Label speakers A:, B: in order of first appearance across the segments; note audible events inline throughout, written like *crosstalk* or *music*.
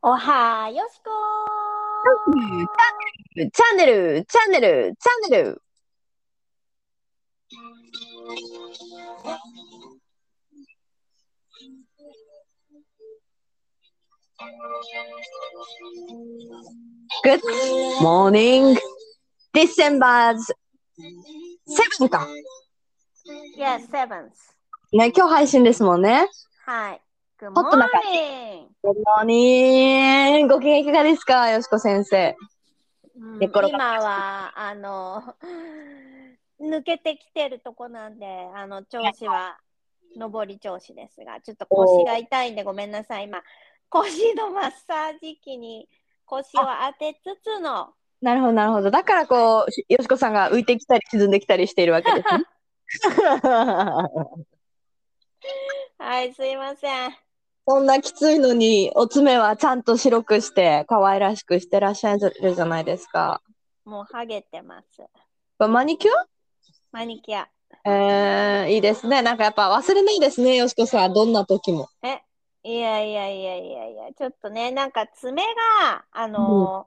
A: おはよしこ
B: チャンネル、チャンネル、チャンネル。Good morning, December's 7か。
A: ー !Yes, seventh.
B: ね、今日配信ですもんね。
A: はい。Good
B: ホットな感
A: morning!
B: Good morning. ご機嫌いかがですか、よしこ先生。
A: うん
B: 寝っ転がって
A: 今は、あの、抜けてきてるとこなんで、あの、調子は、上り調子ですが、ちょっと腰が痛いんでごめんなさい。今、腰のマッサージ機に腰を当てつつの、
B: なるほど、なるほど。だからこう、しよしこさんが浮いてきたり沈んできたりしているわけですね。
A: はい、すいません。
B: そんなきついのに、お爪はちゃんと白くして、可愛らしくしてらっしゃるじゃないですか。
A: もうハゲてます。
B: マニキュ
A: マニキュア。
B: アえー、いいですね。なんかやっぱ忘れないですね、よしこさん。どんな時も。
A: いやいやいやいやいや、ちょっとね、なんか爪が、あのー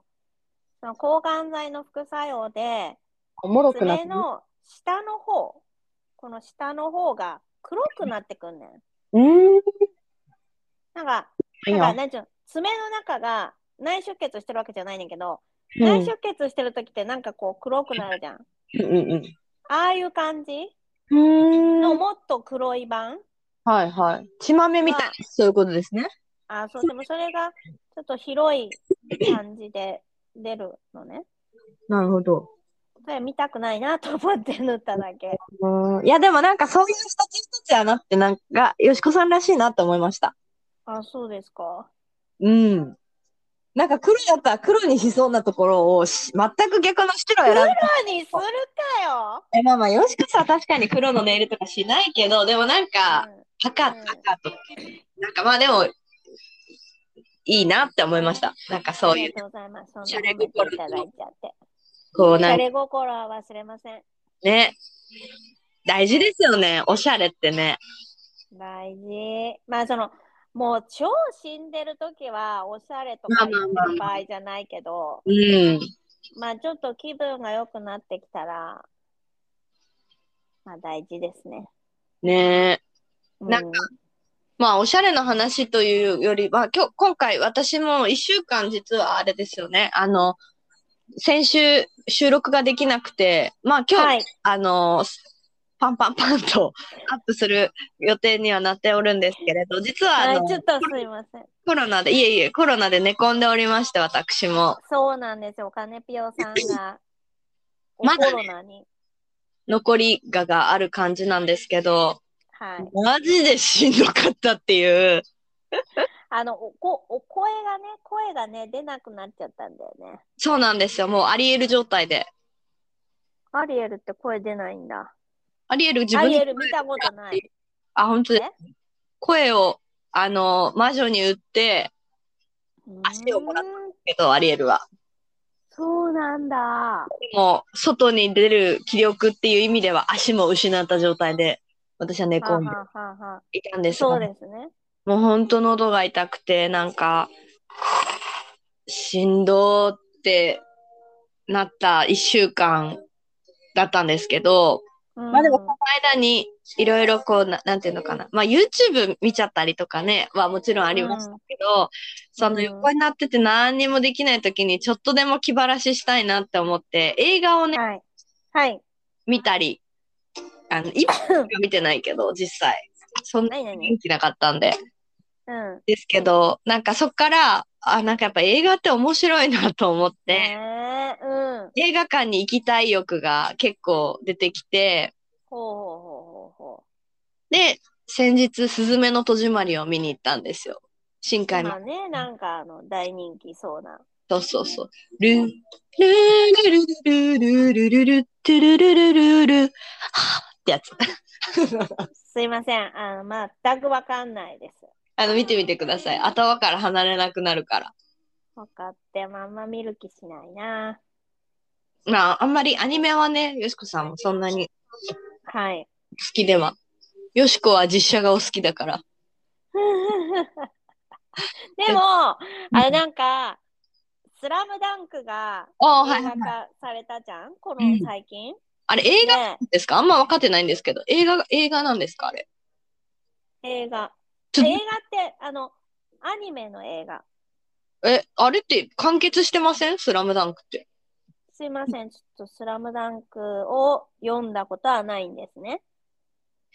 A: その抗がん剤の副作用で、
B: もろくな
A: 爪
B: って。
A: の下の方、この下の方が黒くなってくんねん。
B: うーん。
A: なんか、
B: いい
A: なんか、な
B: よ。
A: んちゅうの爪の中が内出血してるわけじゃないねんけど、
B: うん
A: 内出血してる時ってなんかこう黒くなるじゃん。
B: うんうん
A: ああいう感じ
B: うん。う
A: の
B: ーん。
A: もっと黒い版
B: はいはい。血まみみたいな、そういうことですね。
A: あ、そう、でもそれがちょっと広い感じで出るのね。
B: なるほど。
A: それ見たくないなと思って塗っただ
B: *laughs*
A: け。
B: うんいや、でもなんかそういう一つ一つやなって、なんか、よしこさんらしいなって思いました。
A: あ、そうですか。
B: うん。なんか黒だったら黒にしそうなところをし全く逆の白を選ぶ。
A: 黒にするかよ。
B: え、まあまあ、よしこさんは確かに黒のネイルとかしないけど、でもなんか、
A: うん
B: 赤、
A: うん
B: 赤と。なんかまあでも、いいなって思いました。なんかそ
A: あ
B: うい
A: り
B: う
A: が、とうございます。そんな
B: シャ
A: 褒
B: レ
A: めて
B: 心
A: いただいちゃって。
B: こう
A: シ
B: な
A: ャ
B: んか
A: レ心は忘れません。
B: ね、大事ですよね。おしゃれってね。
A: 大事。まあその、もう超死んでる時はおしゃれと
B: ま
A: か
B: あまあ
A: 言
B: まあ
A: ってる場合じゃないけど、
B: うん。
A: まあちょっと気分が良くなってきたら、まあ大事ですね。
B: ね
A: う
B: なん
A: か、
B: まあ、おしゃれの話というよりは、今日、今回私も一週間実はあれですよね。あの、先週収録ができなくて、まあ今日、
A: はい。
B: あの、パンパンパンとアップする予定にはなっておるんですけれど、実はあ
A: は
B: の
A: い、ちょっとすいません。
B: コロナで、いえいえ、コロナで寝込んでおりまして、私も。
A: そうなんですよ。お金ぴよさんが、お
B: *laughs* まだね
A: コロナに。
B: 残りががある感じなんですけど、
A: はい。
B: マジでしんどかったっていう。
A: あの、おこお声がね、声がね、出なくなっちゃったんだよね。
B: そうなんですよ。もうあり得る状態で。
A: アリエルって声出ないんだ。
B: あり得る自
A: ア
B: 分
A: リ
B: に
A: エル見たことない。
B: あ、本当です
A: え
B: 声を、あの、魔女に打って、足をもらっ
A: うーん
B: けど、アリエルは。
A: そうなんだ。
B: もう、外に出る気力っていう意味では、足も失った状態で、私は寝
A: はあ
B: 込んで
A: はあはあはい
B: たんですが
A: そうですね。
B: もう本当喉が痛くて、なんか、しんどーってなった一週間だったんですけど、
A: うん、
B: まあでもこの間にいろいろこうな、なんていうのかな、まあ YouTube 見ちゃったりとかね、はもちろんありましたけど、その横になってて何にもできない時にちょっとでも気晴らししたいなって思って、映画をね、
A: はい。はい。 *coughs*
B: 見たり、あの、今しか見てないけど、実際。そんな
A: 何何
B: 元気なかったんで。
A: うん。
B: ですけど、なんかそっから、あ、なんかやっぱ映画って面白いなと思って、
A: ねえうん。
B: 映画館に行きたい欲が結構出てきて、
A: ほうほうほうほうほ
B: で、先日、すずめの戸締まりを見に行ったんですよ。新
A: う。
B: 海
A: ま
B: 誠。
A: あね、なんかあの、大人気そうな。
B: そうそうそう。ルルルルルルルルルルトゥルルルルルはぁってやつ。
A: すいません。あの、全くわかんないです。
B: あの、見てみてください。頭から離れなくなるから。
A: 分かってもあんま見る気しないな。
B: まあ、あんまりアニメはね、よしこさんもそんなに
A: はい。 *laughs*
B: 好きでは。よしこは実写がお好きだから。
A: でも、あ
B: うん
A: れなんか、スラムダンクが
B: ああ、
A: 映
B: はい
A: 画
B: はい。
A: 化されたじゃん、この
B: うん
A: 最近。
B: あれ、映画
A: ね
B: ですかあんま分かってないんですけど。映画、映画なんですかあれ。
A: 映画。
B: ち
A: 映
B: ょ
A: 画って、あの、アニメの映画。
B: え、あれって完結してませんスラムダンクって。
A: すいません、ちょっとスラムダンクを読んだことはないんですね。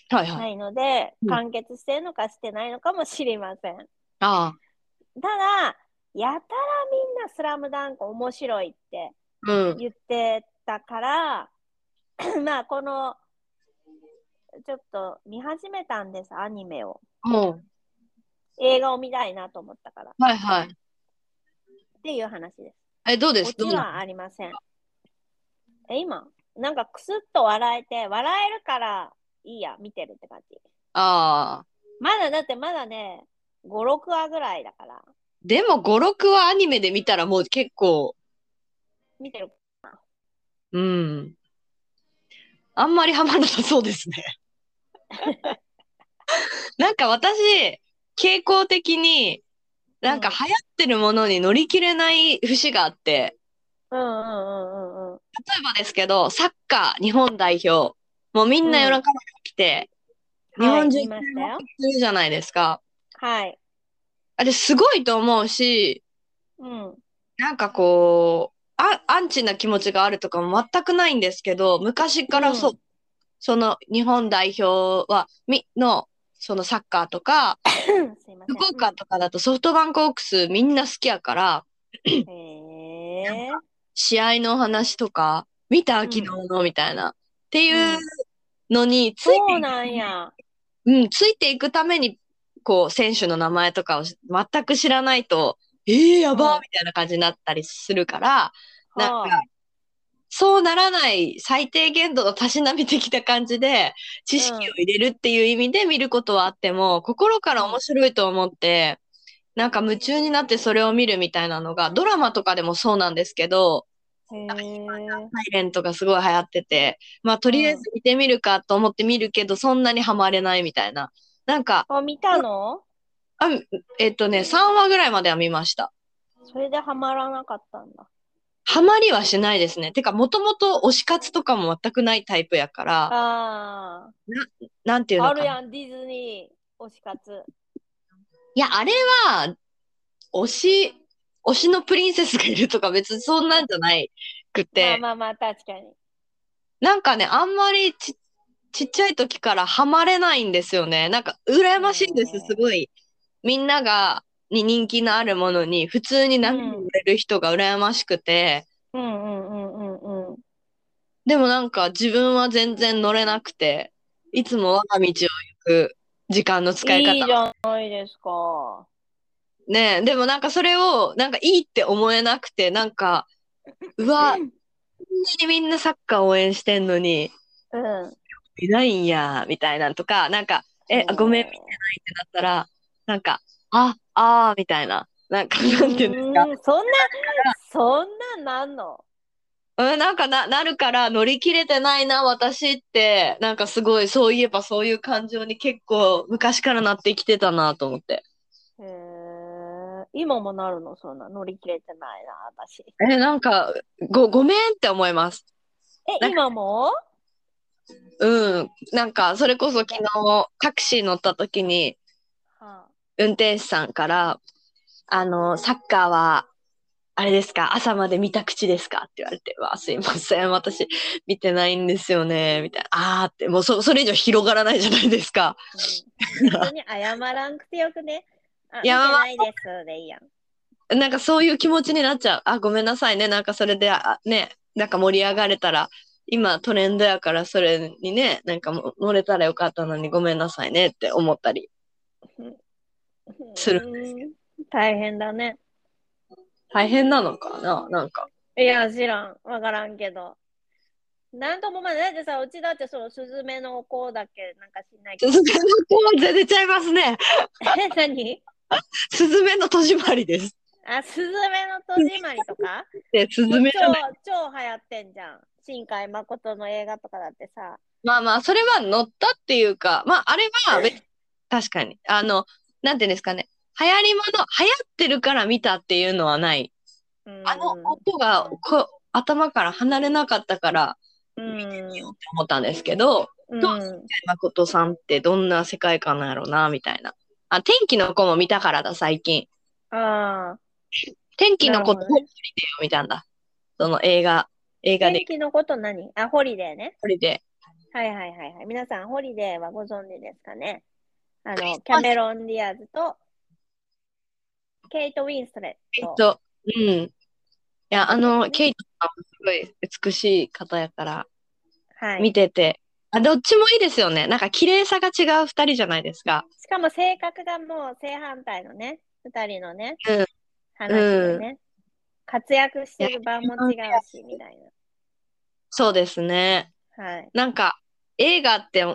B: はいはい。
A: ないので
B: う、ん
A: 完結してるのかしてないのかも知りません。
B: あ
A: ただ、やたらみんなスラムダンク面白いって
B: あ。うん。
A: 言ってたから、 *clears throat* まあ、この、ちょっと見始めたんです、アニメを。
B: もう。
A: 映画を見たいなと思ったから。っ
B: はいはい。
A: ていう話です。
B: え、どうですど
A: オ
B: う
A: チはありません。え、今、なんかクスッと笑えて、笑えるからいいや、見てるって感じ。
B: ああ。
A: まだだってまだね、5、6話ぐらいだから、
B: でも5、6はアニメで見たらもう結構、
A: 見てる。
B: うん。あんまりハマらなさそ
A: *laughs*
B: うですね。なんか私、傾向的に、なんか
A: うん
B: 流行ってるものに乗り切れない節があって、
A: うんうんうんうんうん。
B: 例えばですけど、サッカー日本代表、もうみんな夜中まで起きて、日
A: はい
B: 本
A: 見
B: 人
A: ましたよ。
B: するじゃないですか。
A: はい。
B: あれすごいと思うし、
A: うん。
B: なんかこう、あ、アンチな気持ちがあるとかも全くないんですけど、昔からそう
A: う、
B: その日本代表は、み、の、そのサッカーとか、
A: すいません。
B: 福岡とかだとソフトバンクオークスみんな好きやから、
A: へえ。
B: 試合のお話とか、見た昨日のみたいな、っていうのについてい
A: そうなんや。
B: うん、ついていくために、こう、選手の名前とかをし全く知らないと、ええやば
A: うん
B: ーみたいな感じになったりするから、な
A: は
B: ん
A: あ
B: か、そうならない最低限度のたしなみ的な感じで、知識を入れるっていう意味で見ることはあっても、心から面白いと思って、なんか夢中になってそれを見るみたいなのが、ドラマとかでもそうなんですけど、
A: へえ。
B: サイレントがすごい流行ってて、まあ、とりあえず見てみるかと思って見るけど、そんなにハマれないみたいな。なんか、
A: あ、見たの
B: あ、えっとね、3話ぐらいまでは見ました。
A: それでハマらなかったんだ。
B: ハマりはしないですね。てか、もともと推し活とかも全くないタイプやから、
A: あ
B: なんていう
A: あ。
B: の
A: あ
B: か
A: る
B: な。
A: やん、ディズニー推し活。
B: いや、あれは、推し、推しのプリンセスがいるとか別にそんなんじゃないく
A: まあ
B: て、
A: まあまあ、確かに。
B: なんかね、あんまりち、ちっちゃい時からハマれないんですよね。なんか、羨ましいんです、
A: へー
B: すごい。みんなが、に人気のあるものに、普通に何に売れる人が羨ましくて、
A: うんうんうんうんうん。
B: でもなんか自分は全然乗れなくて、いつも我が道を行く時間の使い
A: いい
B: 方。
A: じゃないですか。
B: ねえ、でもなんかそれをなんかいいって思えなくて、なんか、うわ、こんなにみんなサッカー応援してんのに、
A: うん。
B: いないんや、みたいなんとか、なんか、え、あごめん、みたい
A: ね
B: なったら、なんか、あ、あー、みたいな。なんか、なんていう
A: うー
B: んですか。
A: んそんな、そんなんなんの
B: うん、なんかな、なるから乗り切れてないな、私って、なんかすごい、そういえばそういう感情に結構昔からなってきてたなと思って。
A: へー今もなるのそんな乗り切れてないな、私。
B: え、なんか、ご、ごめんって思います。
A: え、今も
B: うん。なんか、それこそ昨日、タクシー乗った時に、
A: は
B: 運転手さんから、あの、サッカーは、あれですか、朝まで見た口ですかって言われて、わあ、すいません、私、見てないんですよね、みたいな。あーって、もうそ、それ以上広がらないじゃないですか。
A: うん別に謝らんくてよくね。あ、
B: いや
A: 見てないですでいいやん。
B: なんかそういう気持ちになっちゃう。あ、ごめんなさいね。なんかそれで、あね、なんか盛り上がれたら、今トレンドやからそれにね、なんかも乗れたらよかったのにごめんなさいねって思ったり。する
A: うん大変だね。
B: 大変なのかななんか。
A: いや、知らん。わからんけど。なんともまあ、だってさ、うちだってその、スズメの子だっけなんかしないけ
B: す
A: ど。
B: ずめの子は出ちゃいますね。
A: え、 *laughs* 何
B: すずめの戸締まりです。
A: あ、スズメの戸締まりとか
B: ですず
A: 超
B: めの、
A: 超流行ってんじゃん。新海誠の映画とかだってさ。
B: まあまあ、それは乗ったっていうか、まああれは別、確かに。あの、なんていうんですかね。流行りもの、流行ってるから見たっていうのはない。
A: うん
B: あの音がこ頭から離れなかったから
A: うん
B: って思ったんですけど、
A: うん
B: どう誠さんってどんな世界観なんやろうな、みたいな。あ、天気の子も見たからだ、最近。
A: ああ
B: 天気の子と
A: な
B: ホ
A: るほど
B: リデーを見たんだ。その映画、映画で
A: 天、気のこと何あ、ホリデーね。
B: ホリデ
A: はいはいはいはい。皆さん、ホリデーはご存知ですかねあ
B: ク
A: の、
B: リスマス
A: キャメロン・ディアズと、ケイト・ウィンストレ
B: ー。え
A: ッ
B: っ
A: ト。
B: と、うん。いや、あの、ケイトさんもすごい美しい方やから、
A: はい。
B: 見てて。あ、どっちもいいですよね。なんか綺麗さが違う二人じゃないですか。
A: しかも性格がもう正反対のね、二人のね、
B: うん
A: 話でね、活躍してる場も違うし、みたい
B: そうですね。
A: な。はい。
B: なんか、映画って、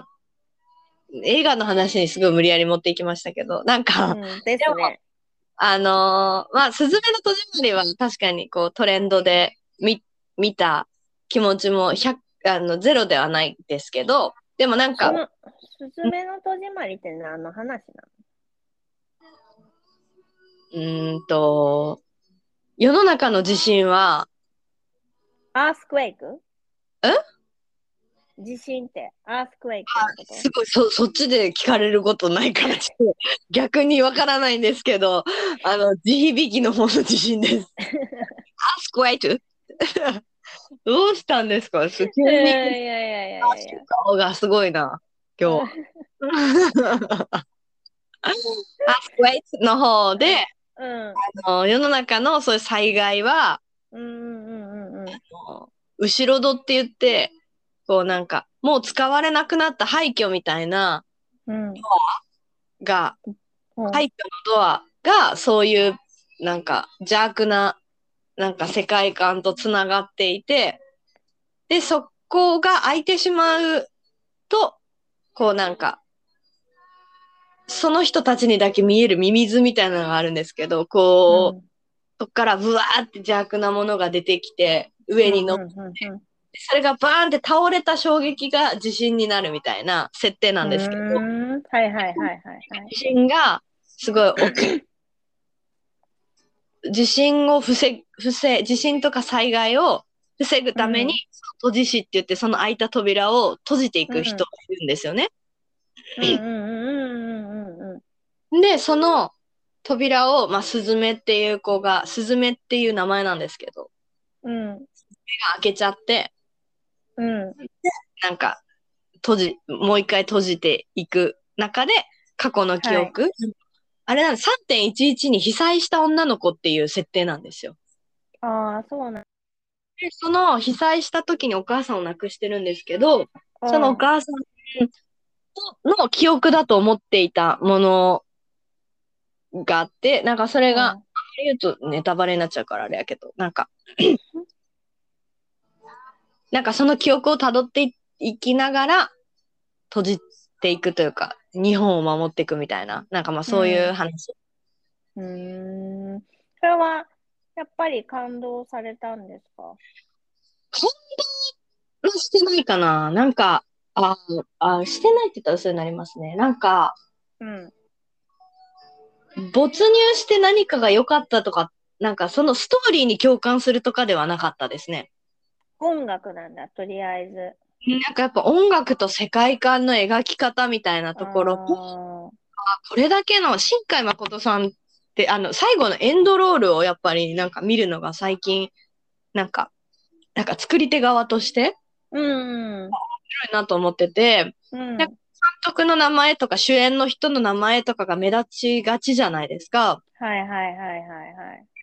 B: 映画の話にすごい無理やり持っていきましたけど、なんか、
A: うん、ですね。
B: あのーまあ、すずめの戸締まりは確かにこうトレンドで見、見た気持ちも100、あの、ゼロではないですけど、でもなん
A: そ
B: か、
A: の、すずめの戸締まりって何の話なの
B: うーんと、世の中の地震は、
A: アースクエイク
B: え
A: 地震って、アースクエイクのこと
B: すごい、そ、そっちで聞かれることないから、 *laughs* ちょっと逆にわからないんですけど、あの、地響きの方の地震です。アスクワイト *laughs* どうしたんですか急に
A: いやいやいやいやいやいや。
B: 顔がすごいな、今日。アスクイツの方で、
A: うん。
B: あの世の中のそういう災害は、
A: うんうんうんうん。
B: あの後ろ戸って言って、こうなんか、もう使われなくなった廃墟みたいな、
A: うん。
B: が、
A: うん
B: 廃墟のドアが、そういう、なんか、邪悪な、なんか世界観とつながっていて、で、そこが開いてしまうと、こうなんか、その人たちにだけ見えるミミズみたいなのがあるんですけど、こう、そこからブワーって邪悪なものが出てきて、上に乗って、
A: う
B: それがバーンって倒れた衝撃が地震になるみたいな設定なんですけど、
A: うーんはいはいはいはいはい。
B: 地震がすごい
A: *laughs*
B: 大きい。地震を防ぐ、防ぐ、地震とか災害を防ぐために、
A: うん
B: その閉じ師って言って、その開いた扉を閉じていく人がいるんですよね。
A: うんうんうんうんうんうん。
B: で、その扉を、まあ、スズメっていう子が、スズメっていう名前なんですけど、
A: うん
B: 開けちゃって、
A: うん
B: なんか、閉じ、もう一回閉じていく中で、過去の記憶、あれなんです、3.11に被災した女の子っていう設定なんですよ。
A: ああ、そうなん
B: で、その被災した時にお母さんを亡くしてるんですけど、そのお母さんの記憶だと思っていたものがあって、なんかそれが、言うとネタバレになっちゃうからあれやけど、なんか、 *clears throat* なんかその記憶をたどっていいきながら、閉じていくというか、日本を守っていくみたいな、なんかまあそういう話。
A: うん、うーん。それは、やっぱり感動されたんですか
B: はしてないかななんか、ああ、してないって言ったら嘘になりますね。なんか、
A: うん。
B: 没入して何かが良かったとか、なんかそのストーリーに共感するとかではなかったですね。
A: 音楽なんだ、とりあえず。
B: なんかやっぱ音楽と世界観の描き方みたいなところも、
A: ろ。
B: これだけの新海誠さんって、あの、最後のエンドロールをやっぱりなんか見るのが最近、なんか、なんか作り手側として、面
A: うん。
B: 白いなと思ってて、監
A: うん。
B: なん督の名前とか主演の人の名前とかが目立ちがちじゃないですか。
A: はいはいはいはいはい。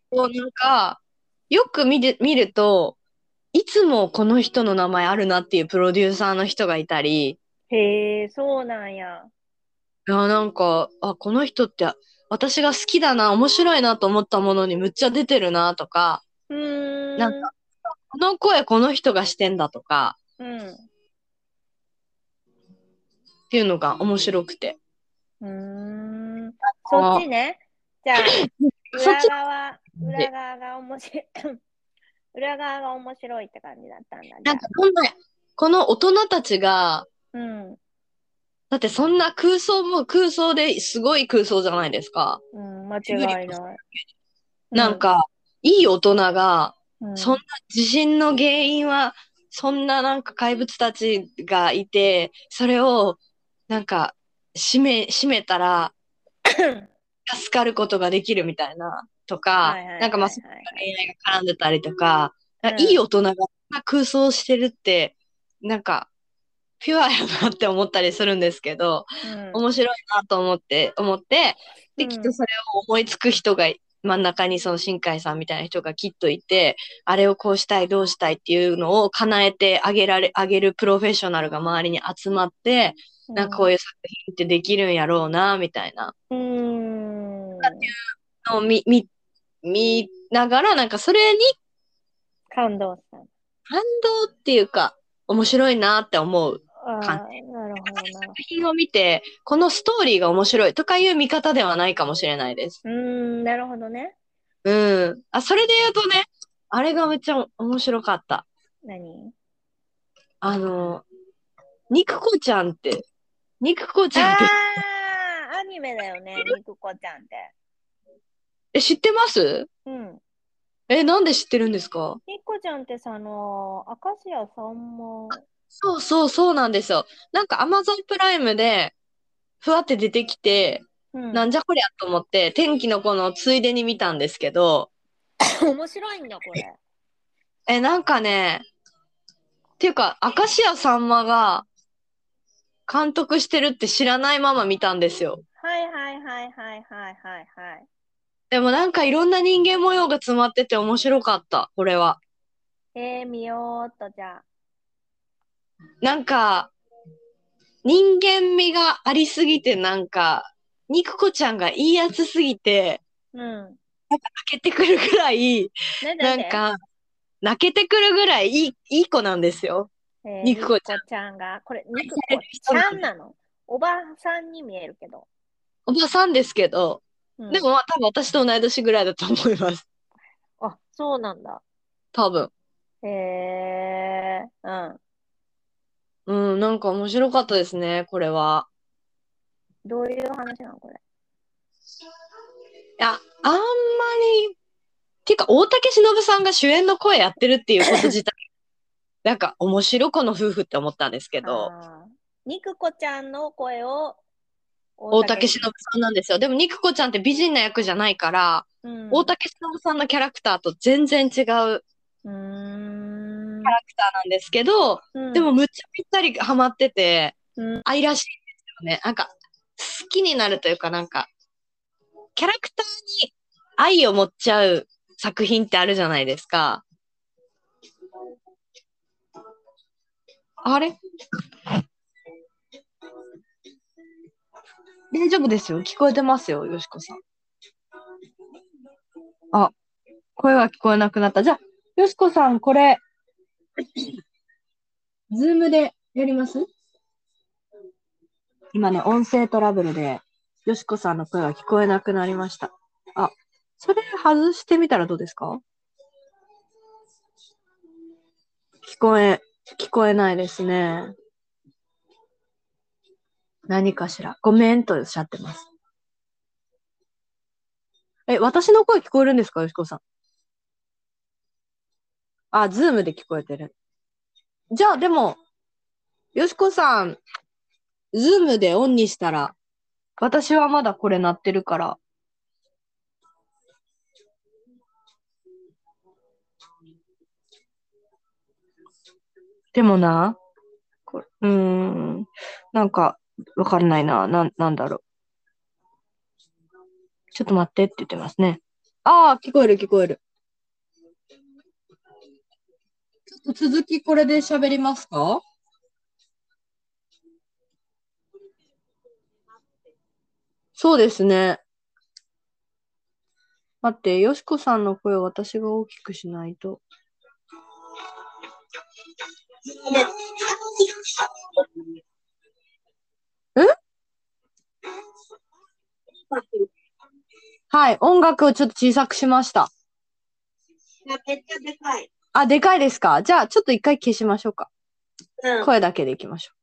B: こうなんか、よく見る見ると、いつもこの人の名前あるなっていうプロデューサーの人がいたり、
A: へえ、そうなんや。
B: いや、なんか、あ、この人って私が好きだな、面白いなと思ったものにむっちゃ出てるなとか、
A: うーん。
B: なんか、この声この人がしてんだとか
A: うん。
B: っていうのが面白くて。
A: うーん。そっちね。じゃあ、
B: *coughs* そっ
A: 裏
B: ち
A: 側、裏側が面白い。 *coughs* 裏側が面白いって感じだったんだじゃあ。
B: なんか本来、この大人たちが、
A: うん。
B: だってそんな空想も空想ですごい空想じゃないですか。
A: うん、間違いない。
B: なんか、いい大人が、
A: うん、
B: そんな地震の原因は、そんななんか怪物たちがいて、それを、なんか、閉め、閉めた *laughs* ら、助かることができるみたいな、とか、なんかまあ、そういう恋愛が絡んでたりとか、
A: うん
B: いい大人がそんな空想してるって、なんか、ピュアやなって思ったりするんですけど、面白いなと思って、思って、で、
A: うん
B: きっとそれを思いつく人が、真ん中にその新海さんみたいな人がきっといて、あれをこうしたい、どうしたいっていうのを叶えてあげられ、あげるプロフェッショナルが周りに集まって、なんかこう
A: い
B: いう作品ってできるんやろうな、みたいな
A: うん、うん
B: のを見、見、見ながら、なんかそれに
A: 感動した。
B: 感動っていうか、面白いなって思う。
A: ああ、な
B: 感
A: るほどな。
B: 作品を見て、このストーリーが面白いとかいう見方ではないかもしれないです。
A: うん、なるほどね。
B: うん。あ、それで言うとね、あれがめっちゃ面白かった。
A: 何
B: あの、肉子ちゃんって、肉子ちゃん
A: あ
B: って、
A: あ、アニメだよね、肉子ちゃんって。
B: え、知ってます
A: うん。
B: え、なんで知ってるんですか
A: 肉子ちゃんってさ、あの、明石家さんも、
B: そうそうそうなんですよ。なんか Amazon プライムで、ふわって出てきて、
A: うん
B: なんじゃこりゃと思って、天気の子のついでに見たんですけど、
A: 面白いんだ、これ。
B: え、なんかね、っていうか、明石家さんまが監督してるって知らないまま見たんですよ。
A: はいはいはいはいはいはいはい。
B: でもなんかいろんな人間模様が詰まってて面白かった、これは。
A: えー、見ようっと、じゃあ。
B: なんか、人間味がありすぎてなんか、肉子ちゃんがいいやつすぎて、
A: うん。
B: 泣けてくるぐらい、
A: なんで
B: なん、か、泣けてくるぐらいいい、いい子なんですよ。
A: えー、
B: 肉子
A: ちゃん。ちゃんが、これ、肉
B: 愛され
A: 子
B: る
A: ち
B: 人な
A: ゃ
B: の
A: んなのおばさんに見えるけど。
B: おばさんですけど、
A: うん
B: でもまあ多分私と同い年ぐらいだと思います。
A: あ、そうなんだ。
B: 多分。
A: へえー、うん。
B: うん、なんか面白かったですね、これは。
A: どういう話なのこれ。
B: いや、あんまり、てか、大竹しのぶさんが主演の声やってるっていうこと自体、 *laughs* なんか面白この夫婦って思ったんですけど、
A: あー肉子ちゃんの声を
B: 大竹しのぶさんなんですよ。でも、肉子ちゃんって美人な役じゃないから、
A: うん
B: 大竹しのぶさんのキャラクターと全然違うキャラク
A: うーん
B: ターなんですけど、
A: うん
B: でも、むっちゃぴったりハマってて、
A: うん
B: 愛らしいんですよね。なんか、好きになるというか、なんか、キャラクターに愛を持っちゃう作品ってあるじゃないですか。あれ大丈夫ですよ。聞こえてますよ、よしこさん。あ、声が聞こえなくなった。じゃあ、よしこさん、これ、ズームでやります今ね、音声トラブルで、よしこさんの声が聞こえなくなりました。あ、それ外してみたらどうですか聞こえ、聞こえないですね。何かしら。ごめんとおっしゃってます。え、私の声聞こえるんですかよしこさん。あ、ズームで聞こえてる。じゃあ、でも、よしこさん、ズームでオンにしたら、私はまだこれ鳴ってるから。でもな、これうーん、なんか、わかんないな、なん、なんだろう。ちょっと待ってって言ってますね。ああ、聞こえる聞こえる。ちょっと続きこれで喋りますかそうですね。待って、よしこさんの声を私が大きくしないと。えはい、音楽をちょっと小さくしました。
A: めっちゃでかい。
B: あ、でかいですかじゃあ、ちょっと一回消しましょうか。
A: うん
B: 声だけでいきましょ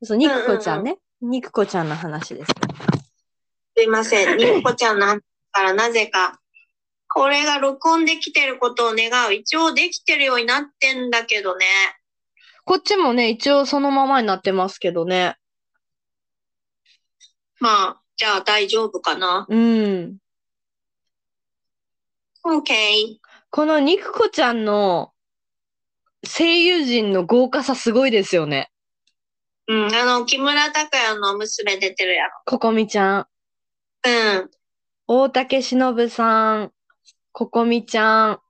B: う。そう、肉子ちゃんね。肉子ちゃんの話です。
C: すいません。にっこちゃんの話
A: からなぜか、これが録音できてることを願う。一応できてるようになってんだけどね。
B: こっちもね、一応そのままになってますけどね。
A: まあ、じゃあ大丈夫かな。
B: うん。
A: OK。
B: この肉子ちゃんの声優陣の豪華さすごいですよね。
A: うん、あの、木村拓哉の娘出てるや
B: ここみちゃん。
A: ろ。うん。
B: 大竹しのぶさん。ここみちゃん。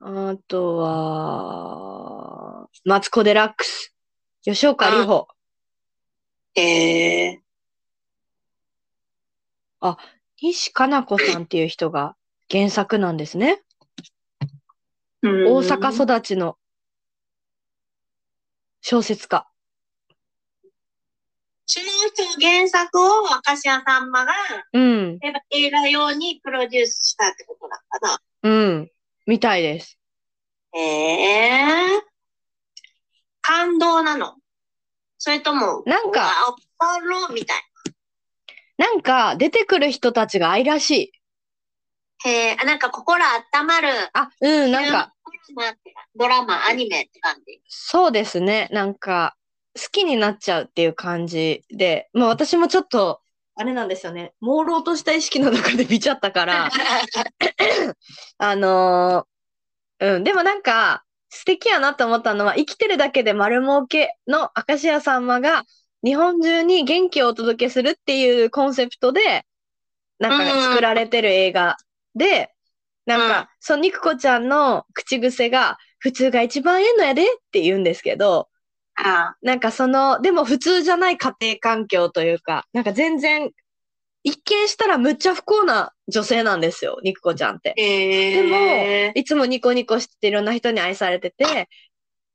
B: あとは、マツコデラックス。吉岡里帆。
A: へえ。
B: 西加奈子さんっていう人が原作なんですね。
A: 大
B: 大阪育ちの小説家。
A: その人の原作を明石家さんまが
B: うん。
A: やっぱ映画用にプロデュースしたってことだか
B: うん。みたいです。
A: ら。へえ。感動なのそれとも、
B: なんか、
A: あパロみたい。
B: なんか出てくる人たちが愛らしい。
A: へえ、あなんか心温まる。
B: あ、うん、なんか、
A: ドラマ、アニメって感じ。
B: そうですね。なんか、好きになっちゃうっていう感じで、まあ私もちょっと、あれなんですよね。朦朧とした意識の中で見ちゃったから、あのーうん、でもなんか、素敵やなと思ったのは、生きてるだけで丸儲けの明石家さんまが、日本中に元気をお届けするっていうコンセプトで、なんか
A: うん
B: 作られてる映画で、なん
A: うん
B: か、その肉子ちゃんの口癖が、普通が一番ええのやでって言うんですけど、
A: *laughs* あ
B: なんかその、でも普通じゃない家庭環境というか、なんか全然、一見したらむっちゃ不幸な女性なんですよ、肉子ちゃんって。
A: へ
B: でも
A: え。
B: いつもニコニコしていろんな人に愛されてて、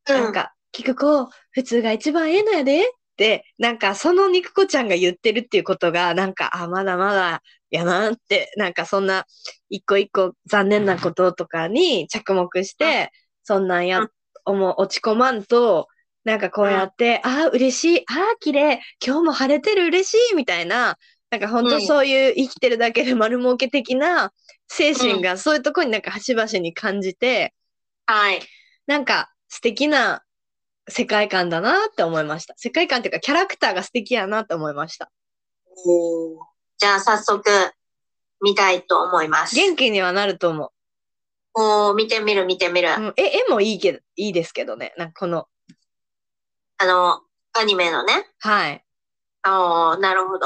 A: うん
B: なんか、聞く子、普通が一番ええのやでって、なんかその肉子ちゃんが言ってるっていうことが、なんか、あ、まだまだやなって、なんかそんな一個一個残念なこととかに着目して、そんなん
A: う
B: や
A: ん、
B: 思う、落ち込まんと、なんかこうやって、ああ、嬉しい、ああ、綺麗、今日も晴れてる、嬉しい、みたいな、なんか本
A: う
B: 当
A: ん
B: そういう生きてるだけで丸儲け的な精
A: う
B: 神
A: ん
B: がそういうとこになんか端々に感じて、
A: はい。
B: なんか素敵な世界観だなって思いました。世界観っていうかキャラクターが素敵やなって思いました。
A: おーじゃあ早速、見たいと思います。
B: 元気にはなると思
A: おー見てみる見てみる。
B: う。うん、え、絵もいいけど、いいですけどね。なんかこの、
A: あの、アニメのね。
B: はい。
A: おーなるほど。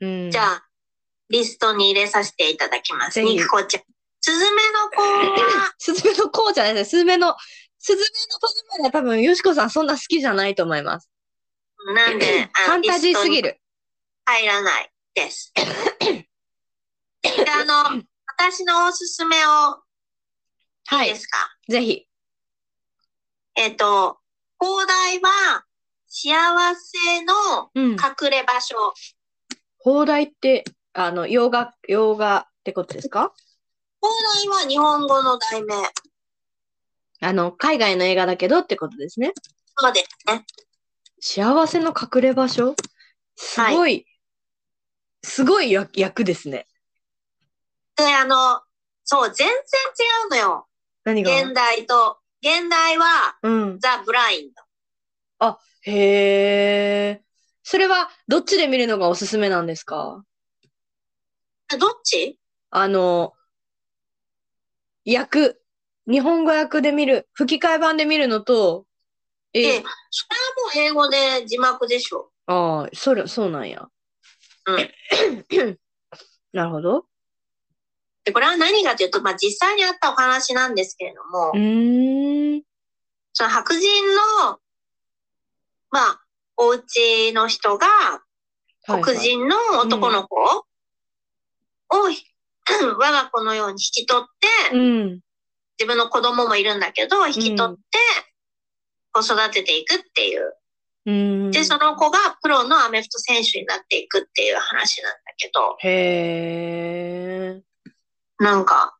B: うん、
A: じゃあ、リストに入れさせていただきます。
B: ぜひ
A: 肉子ちゃん。すずめの子は
B: スズメのこうじゃないですね。スズメの、スズメの戸締まりは多分、よしこさんそんな好きじゃないと思います。
A: なんで、あ
B: ファンタジーすぎ
A: リストに
B: る。
A: 入らない
B: *coughs*
A: です。で、あの、私のおすすめを、
B: はい
A: い
B: い
A: で。すか。
B: ぜひ。
A: えっ、と、広大は、幸せの
B: うん。
A: 隠れ場所。
B: 放題って、あの、洋画、洋画ってことですか
A: 広大は日本語の題名。
B: あの、海外の映画だけどってことですね。
A: そうですね。
B: 幸せの隠れ場所すごい、すごい役役ですね。
A: で、あの、そう、全然違うのよ。
B: 何が
A: 現代と。現代は、
B: うん。
A: ザ・ブラインド。
B: へー。それは、どっちで見るのがおすすめなんですか
A: あどっち
B: あの、役、日本語訳で見る、吹き替え版で見るのと、
A: え
B: え
A: え、それはもう英語で字幕でしょ。
B: ああ、それ、そうなんや。 *coughs* なるほど。
A: で、これは何かというと、まあ、実際にあったお話なんですけれども
B: う、ーん。
A: その白人の、まあ、お家の人が、
B: はいはい
A: 黒。人の男の子を、我が子のように引き取って、
B: うん。
A: 自分の子供もいるんだけど、引き取って、こう育てていくっていう。
B: うん。
A: で、その子がプロのアメフト選手になっていくっていう話なんだけど、
B: へー。
A: なんか、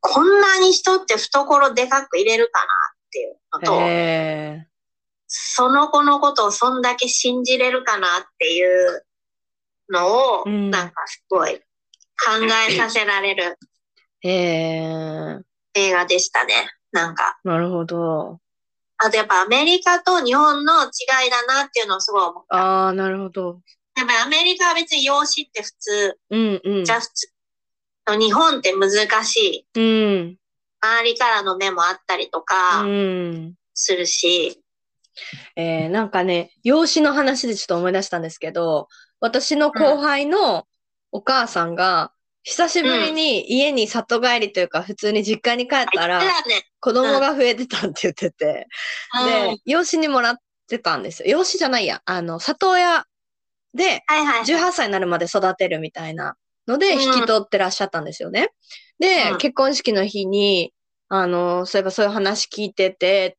A: こんなに人って懐でかく入れるかなっていうのと、
B: へー。
A: その子のことをそんだけ信じれるかなっていうのを、
B: うん
A: なんかすごい考えさせられる
B: へえ、
A: 映画でしたね。なんか。
B: なるほど。
A: あとやっぱアメリカと日本の違いだなっていうのをすごい思った。
B: ああ、なるほど。
A: やっぱりアメリカは別に養子って普通
B: うんうん
A: じ。ゃ普通。日本って難しい。
B: うん。
A: 周りからの目もあったりとか
B: うん。
A: するし。
B: えー、なんかね、養子の話でちょっと思い出したんですけど、私の後輩のお母さんが、久しぶりに家に里帰りというか、普通に実家に帰っ
A: あ
B: たら
A: い、つね。
B: 子供が増えてたって言ってて、
A: うん
B: で、養子にもらってたんですよ。養子じゃないや、あの、里親で、
A: はいはい。
B: 18歳になるまで育てるみたいなので、
A: うん
B: 引き取ってらっしゃったんですよね。で、
A: うん
B: 結婚式の日に、あの、そういえばそういう話聞いてて、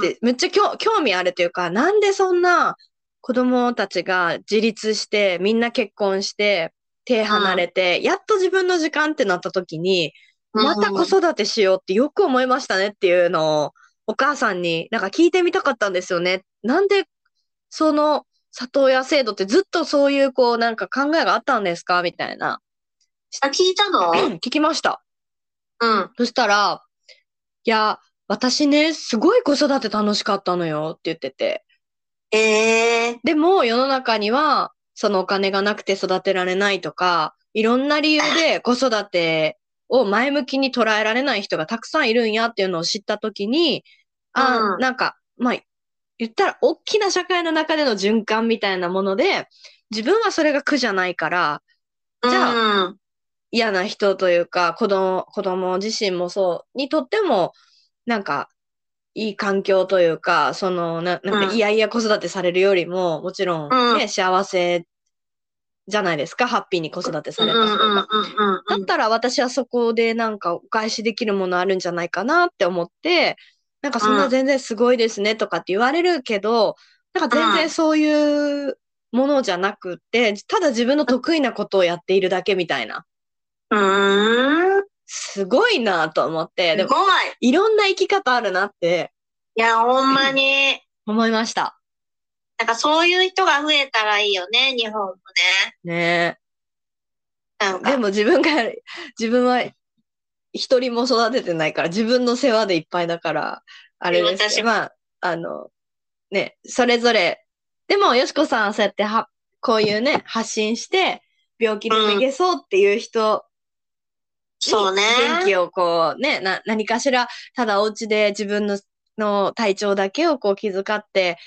B: って、めっちゃ興興味あるというか、なんでそんな子供たちが自立して、みんな結婚して、手離れて、やっと自分の時間ってなった時に、また子育てしようってよく思いましたねっていうのを、お母さんになんか聞いてみたかったんですよね。なんで、その里親制度ってずっとそういうこうなんか考えがあったんですかみたいな。
A: あ聞いたのうん。
B: 聞きました。
A: うん。
B: そしたら、いや、私ね、すごい子育て楽しかったのよって言ってて。
A: ええ
B: でも世の中には、そのお金がなくて育てられないとか、いろんな理由
A: *laughs*
B: で子育てを前向きに捉えられない人がたくさんいるんやっていうのを知ったときに、あ、
A: うん
B: なんか、まあ、言ったら大きな社会の中での循環みたいなもので、自分はそれが苦じゃないから、
A: ー。
B: じゃ
A: あ、
B: 嫌な人というか、子供、子供自身もそう、にとっても、なんか、いい環境というか、その、ななん
A: う
B: か、
A: ん
B: いやいや子育てされるよりも、もちろん、ね、
A: う
B: 幸せじゃないですか、ハッピーに子育てさ
A: うん
B: れ
A: う
B: た
A: んうん
B: 方
A: うん
B: が。
A: うん
B: だったら、私はそこで、なんか、お返しできるものあるんじゃないかなって思って、なんか、そん
A: う
B: なん全然すごいですね、とかって言われるけど、なんか、全
A: う
B: 然
A: ん
B: そういうものじゃなくって、ただ自分の得意なことをやっているだけみたいな。
A: うーん。
B: すごいなと思って、ですも
A: ごい。
B: いろんな生き方あるなって
A: いや、ほんまに。
B: 思いました。
A: なんかそういう人が増えたらいいよね、日本もね。
B: ね
A: なん
B: え。で
A: か。
B: も自分が、自分は一人も育ててないから、自分の世話でいっぱいだから、あれですけ
A: 私
B: ど。
A: も
B: まあ、あの、ね、それぞれ。でも、よしこさんはそうやっては、こういうね、発信して、病気でめげそうっていう人
A: そうね。
B: 元気をこうね、な、何かしら、ただお家で自分のの体調だけをこう気遣って、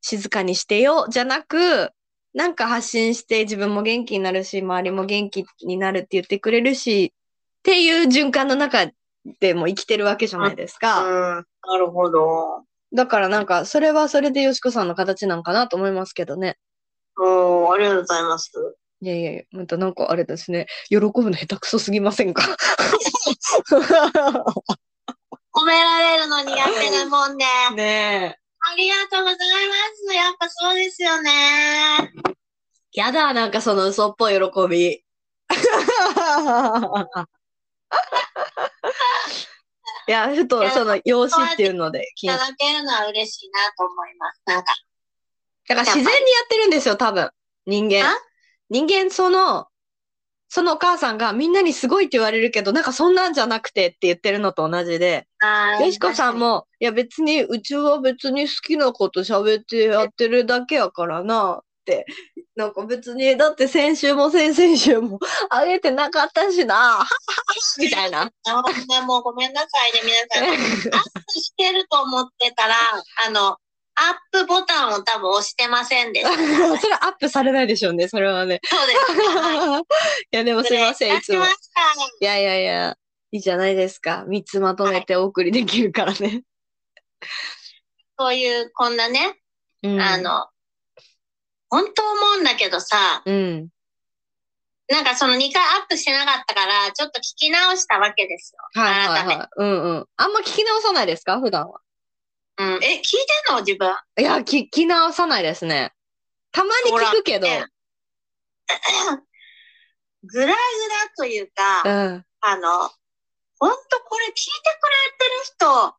B: 静かにしてよ、じゃなく、なんか発信して自分も元気になるし、周りも元気になるって言ってくれるし、っていう循環の中でも生きてるわけじゃないです
A: う
B: か。
A: ん。なるほど。
B: だからなんか、それはそれでよしこさんの形なんかなと思いますけどね。
A: おー、ありがとうございます。
B: いやいやいや、またなんかあれですね、喜ぶの下手くそすぎませんか *laughs*
A: 褒められるの苦手なもんね。
B: ねえ。
A: ありがとうございます。やっぱそうですよね。
B: やだ、なんかその嘘っ *laughs* ぽい喜び。いや、ふとその養子っていうので
A: い
B: 気に
A: ただけるのは嬉しいなと思います。なんか、
B: だから自然にやってるんですよ、多分。人間
A: あ。
B: 人間、その、そのお母さんがみんなにすごいって言われるけど、なんかそんなんじゃなくてって言ってるのと同じで、
A: あー
B: よしこさん。も、いや別に、うちは別に好きなこと喋ってやってるだけやからなって、なんか別に、だって先週も先々週もあげてなかった
A: *laughs*
B: しな、みたいな。
A: あほんまもうごめんなさいね、皆さん。アップしてると思ってたら、あの、アップボタンを多分押してませんでした。
B: それはアップされないでしょうね、それはね。
A: そうですね。はい
B: いや、でもすいません、い
A: 失
B: つ
A: 礼い
B: も
A: たし。ました。
B: いやいやいや、いいじゃないですか。三つまとめてお送りできるからね。
A: そういう、こんなね、
B: うん
A: あ、の、本当思うんだけどさ、
B: うん。
A: なんかその2回アップしてなかったから、ちょっと聞き直したわけですよ。
B: はいはい
A: 改
B: はい。うんうん。あんま聞き直さないですか普段は。
A: め。うん。え、聞いてんの自分。
B: いや、聞き直さないですね。たまに聞くけど。
A: ほら *laughs* ねぐらぐらというか、
B: うん。
A: あの、ほんとこれ聞いてくれてる人っ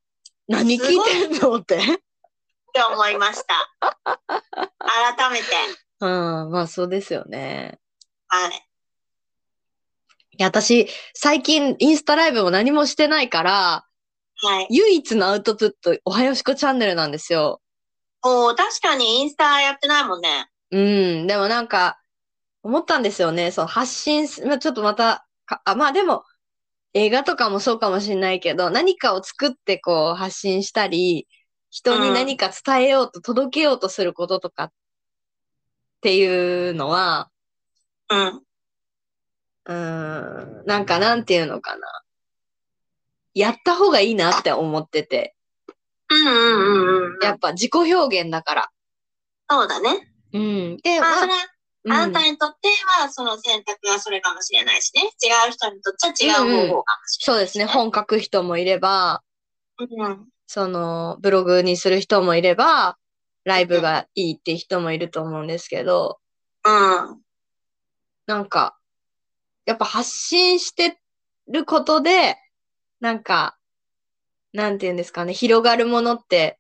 B: 何聞いてんのって。 *laughs*
A: て思いました。改めて。
B: うん。まあそうですよね。
A: はい。
B: いや、私、最近インスタライブも何もしてないから、
A: はい。
B: 唯一のアウトプット、おはよしこチャンネルなんですよ。
A: おー確かにインスタやってないもんね。
B: うん、でもなんか、思ったんですよね。その発信す、まあ、ちょっとまたか、あ、まあでも、映画とかもそうかもしれないけど、何かを作ってこう発信したり、人に何か伝えようと、届けようとすることとかっていうのは、
A: うん。
B: うーん、なんかなんていうのかな。やった方がいいなって思ってて。
A: うんうんうんうん。
B: やっぱ自己表現だから。
A: そうだね。
B: うん。で、
A: まあ、
B: まあ
A: それは、
B: うん
A: あなたにとっては、その選択がそれかもしれないしね。違う人にとっちゃ違う方法かもしれ
B: そうですね。本書く人もいれば、
A: ない。うん。
B: その、ブログにする人もいれば、ライブがいいって人もいると思うんですけど、
A: うん。
B: なんか、やっぱ発信してることで、なんか、なんて言うんですかね、広がるものって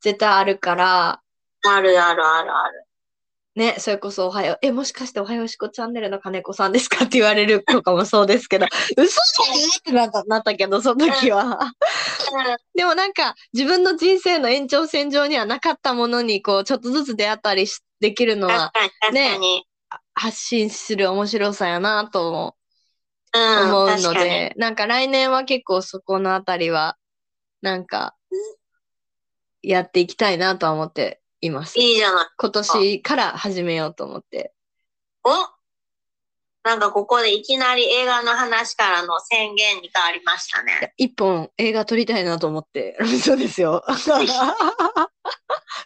B: 絶対あるから、
A: あるあるあるある。
B: ね、それこそおはよう、え、もしかしておはようしこチャンネルの金子さんですかって言われるとかもそうですけど、嘘じゃねってなったなったけど、その時は。でもなんか、自分の人生の延長線上にはなかったものに、こう、ちょっとずつ出会ったりしできるの
A: うん、確
B: は、
A: かに確かに。
B: 発信する面白さやなとも
A: うん、
B: 思うの
A: 確かに
B: で、なんか来年は結構そこのあたりは、なんか、やっていきたいなとは思っています。
A: いいじゃない。
B: 今年から始めようと思って。
A: おなんかここでいきなり映画の話からの宣言に変わりましたね。
B: 一本映画撮りたいなと思って。嘘で
A: *laughs*
B: すよ。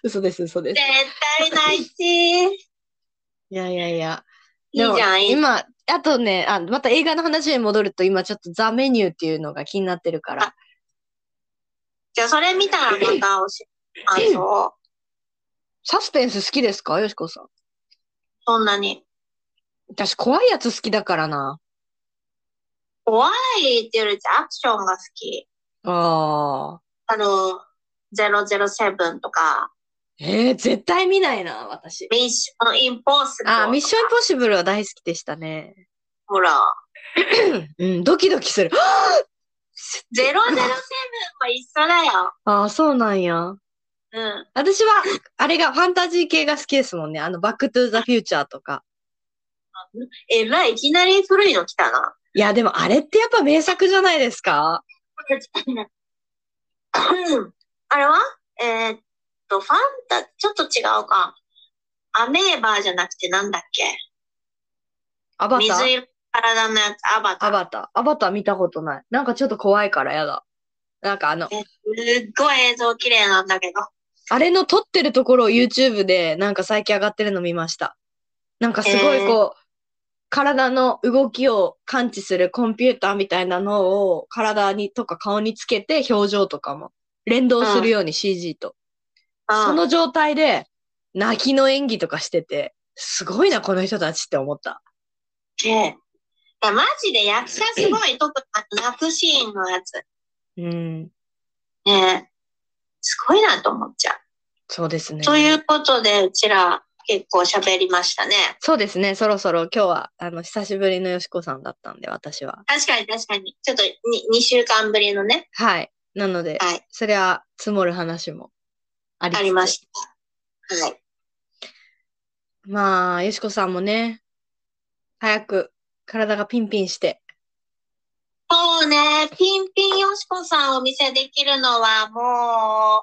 B: 嘘です、嘘で
A: 絶
B: す。
A: 対ないし。
B: いやいやいや。
A: いいじゃん
B: *laughs* でも
A: いいじゃん
B: 今、あとねあ、また映画の話に戻ると、今ちょっとザメニューっていうのが気になってるから。
A: じゃあそれ見たらまたおし、あ、
B: *laughs*
A: そう。
B: サスペンス好きですかよしこさん。
A: そんなに。
B: 私、怖いやつ好きだからな。
A: 怖いっていうよりアクションが好き。
B: ああ。
A: あの、007とか、
B: えー、絶対見ないな、私。
A: ミッションインポッシブルとか。
B: あー、ミッションインポッシブルは大好きでしたね。
A: *clears throat* ほら、
B: うん、ドキドキ
A: *laughs*
B: する。
A: 007も一緒だよ。
B: ああ、そうなんや。
A: うん。
B: 私は、あれが、ファンタジー系が好きですもんね。あの、バックトゥーザフューチャーとか。
A: えらい、いきなり古いの来たな。
B: いや、でもあれってやっぱ名作じゃないですか
A: *laughs* うんあれはえーっと、ファンタ、ちょっと違うか。アメーバーじゃなくてなんだっけ
B: アバタ
A: 水
B: ー
A: 色の体のやつ、アバタ
B: ア
A: ー。
B: バター。アバター見たことない。なんかちょっと怖いからやだ。なんかあの、
A: すっごい映像綺麗なんだけど。
B: あれの撮ってるところを YouTube でなんか最近上がってるの見ました。なんかすごいこう、体の動きを感知するコンピューターみたいなのを体にとか顔につけて表情とかも連動するように CG と。そ
A: うん。
B: の状態で泣きの演技とかしてて、すごいな、この人たちって思った。
A: で、いやマジで役者すごい、特に泣くシーンのやつ。
B: うん。
A: ねえすごいなと思っちゃ
B: そうですね
A: う。。ということで、うちら結構喋りましたね。
B: そうですね。そろそろ今日は、あの、久しぶりのよしこさんだったんで、私は。
A: 確かに確かに。ちょっと2週間ぶりのね、
B: はい。なので、
A: はい
B: それは積もる話もありつつ
A: ありました。はい。
B: まあ、よしこさんもね、早く体がピンピンして。
A: そうね、ピンピンよしこさんお見せできるのはもう、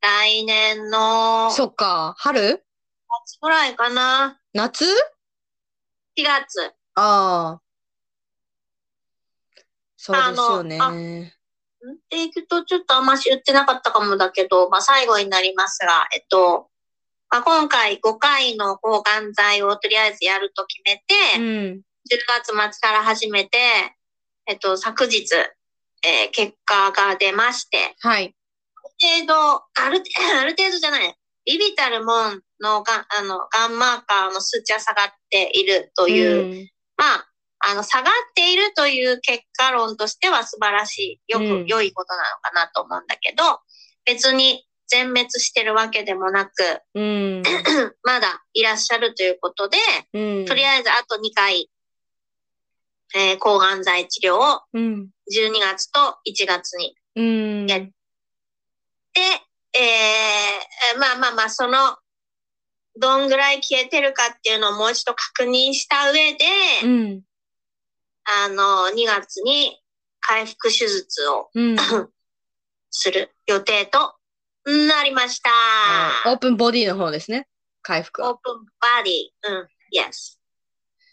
A: 来年の
B: そっか、
A: 夏
B: 春
A: ぐらいかな。
B: 夏
A: 4月。
B: ああ。そうですよ
A: あの
B: ね。
A: っていくとちょっとあんまし言ってなかったかもだけど、まあ最後になりますが、えっと、まあ、今回5回の抗がん剤をとりあえずやると決めて、
B: うん。
A: 10月末から始めて、えっと、昨日、えー結果が出まして、
B: はい。
A: 程度、ある、 *clears throat* ある程度じゃない。ビビたるもんのがん、あの、がんマーカーの数値は下がっていると
B: と
A: いう、
B: うん。
A: まあ、あの、下がっているという結果論としては素晴らしい、よく、
B: うん
A: 良いことなのかなと思うんだけど、別に全滅してるわけでもなく、 *clears throat*
B: うん。
A: *coughs* まだいらっしゃるということで、
B: うん
A: とりあえずあと2回、えー抗がん剤治療を
B: うん。
A: 12月と1月に。
B: うん。 *coughs*
A: やで、えーまあまあまあ、その、どんぐらい消えてるかっていうのをもう一度確認した上で、
B: うん。
A: あの、2月に回復手術を
B: うん。
A: する予定となりました。
B: オープンボディの方ですね。回復
A: オー
B: は。
A: プンバディ、うん、yes。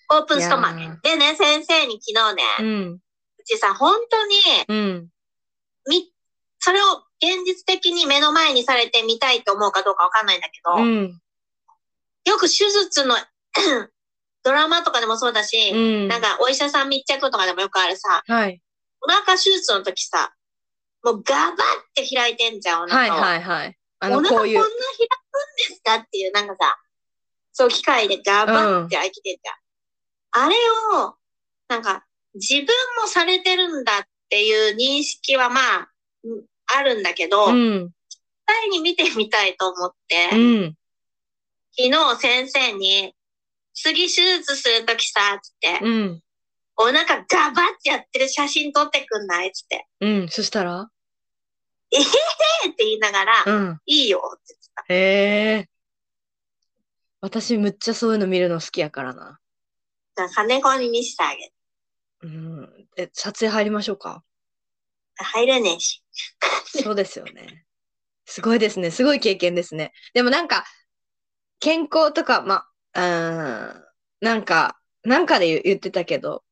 A: オープンストマ
B: いや
A: ク。でね、先生に昨日ね、
B: うん。
A: うちさ、本当に、
B: うん。
A: み、それを現実的に目の前にされてみたいと思うかどうかわかんないんだけど、
B: うん。
A: よく手術の *clears throat* ドラマとかでもそうだし、
B: うん。
A: なんかお医者さん密着とかでもよくあるさ、
B: はい。
A: お腹手術の時さ、もうガバって開いてんじゃん、お
B: はい
A: 腹を。
B: はいはい。あ
A: お
B: の、
A: 腹こ
B: こ
A: ん
B: う
A: な開
B: い
A: く
B: う。
A: んですかっていう、なんかさ、そう、機械でガバって開いてんじゃん。あれを、なんか、自分もされてるんだっていう認識はまあ、うんあるんだけど、
B: う
A: 実
B: ん。
A: 際に見てみたいと思って、
B: うん。
A: 昨日先生に、次手術するときさ、つって、
B: うん。
A: お腹ガバってやってる写真撮ってくんないつって、
B: うん。そしたら
A: えーって言いながら、
B: うん。
A: いいよって言っ
B: へえ。私、むっちゃそういうの見るの好きやからな。
A: てた。金子に見せてあげて。
B: うん。え、撮影入りましょうか。
A: 入れねえし。
B: そうですよね。すごいですね。すごい経験ですね。でもなんか、健康とか、ま、うーん、なんか、なんかで言言ってたけど、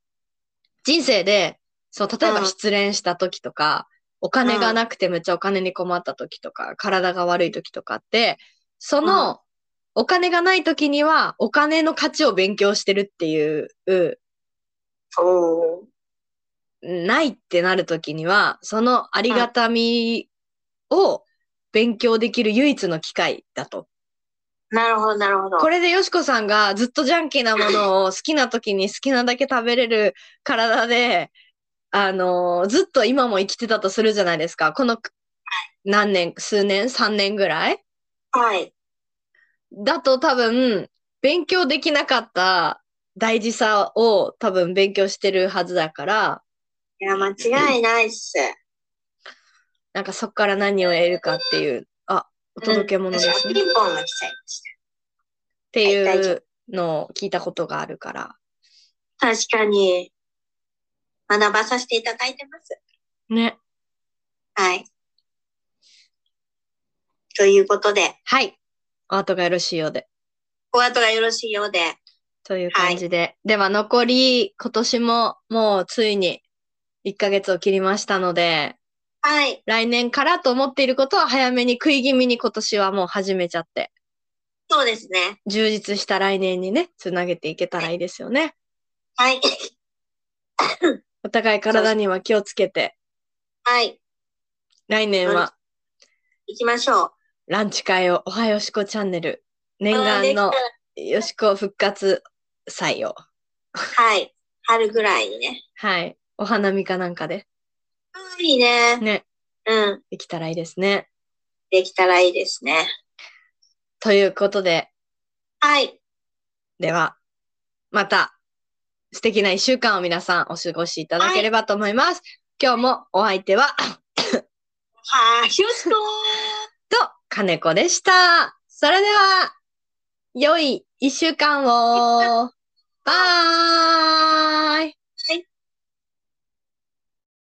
B: 人生で、そう、例え
A: う
B: ば
A: ん
B: 失恋した時とか、お金がなくてめっちゃお金に困った時とか、体が悪い時とかって、その、お金がない時には、お金の価値を勉強してるっていう、
A: おー。
B: ないってなるときには、そのありがたみを勉強できる唯一の機会だと。
A: なるほど、なるほど。
B: これでよしこさんがずっとジャンキーなものを好きな時に好きなだけ食べれる体で、あのーずっと今も生きてたとするじゃないですか。この何年、数年、3年ぐらい
A: はい。
B: だと多分、勉強できなかった大事さを多分勉強してるはずだから、
A: いや、間違いないっす。
B: なんかそこから何を得るかっていう、あ、お届け物ですね。
A: ピ
B: っ
A: ンポンが来ちゃいましてはい大
B: い
A: 丈
B: うのを聞いたことがあるから。
A: た。確かに、学ばさせていただいてます。
B: ね。
A: はい。ということで、
B: はい。お後がよろしいようで。
A: お後がよろしいようで、
B: という感じで。では残り、今年ももうついに1ヶ月を切りましたので、
A: はい。
B: 来年からと思っていることは早めに食い気味に今年はもう始めちゃって、
A: そうですね。
B: 充実した来年にね、つなげていけたらいいですよね。
A: はい。 *laughs*
B: お互い体には気をつけて、
A: はい。
B: 来年は
A: 行きましょう。
B: ランチ会をおはよしこチャンネル、念
A: あーで
B: 願
A: きたら
B: のよしこ復活祭を、
A: はい。春ぐらいにね。
B: はい、お花見かなんかで、
A: うんいいね。
B: ね、
A: うん。
B: できたらいいですね。
A: できたらいいですね。
B: ということで、
A: はい。
B: では、また素敵な一週間を皆さんお過ごしいただければと思います。今日もお相手
A: は
B: は、 *coughs*
A: ー、よしこー
B: と、金子でした。それでは、良い一週間を。バイ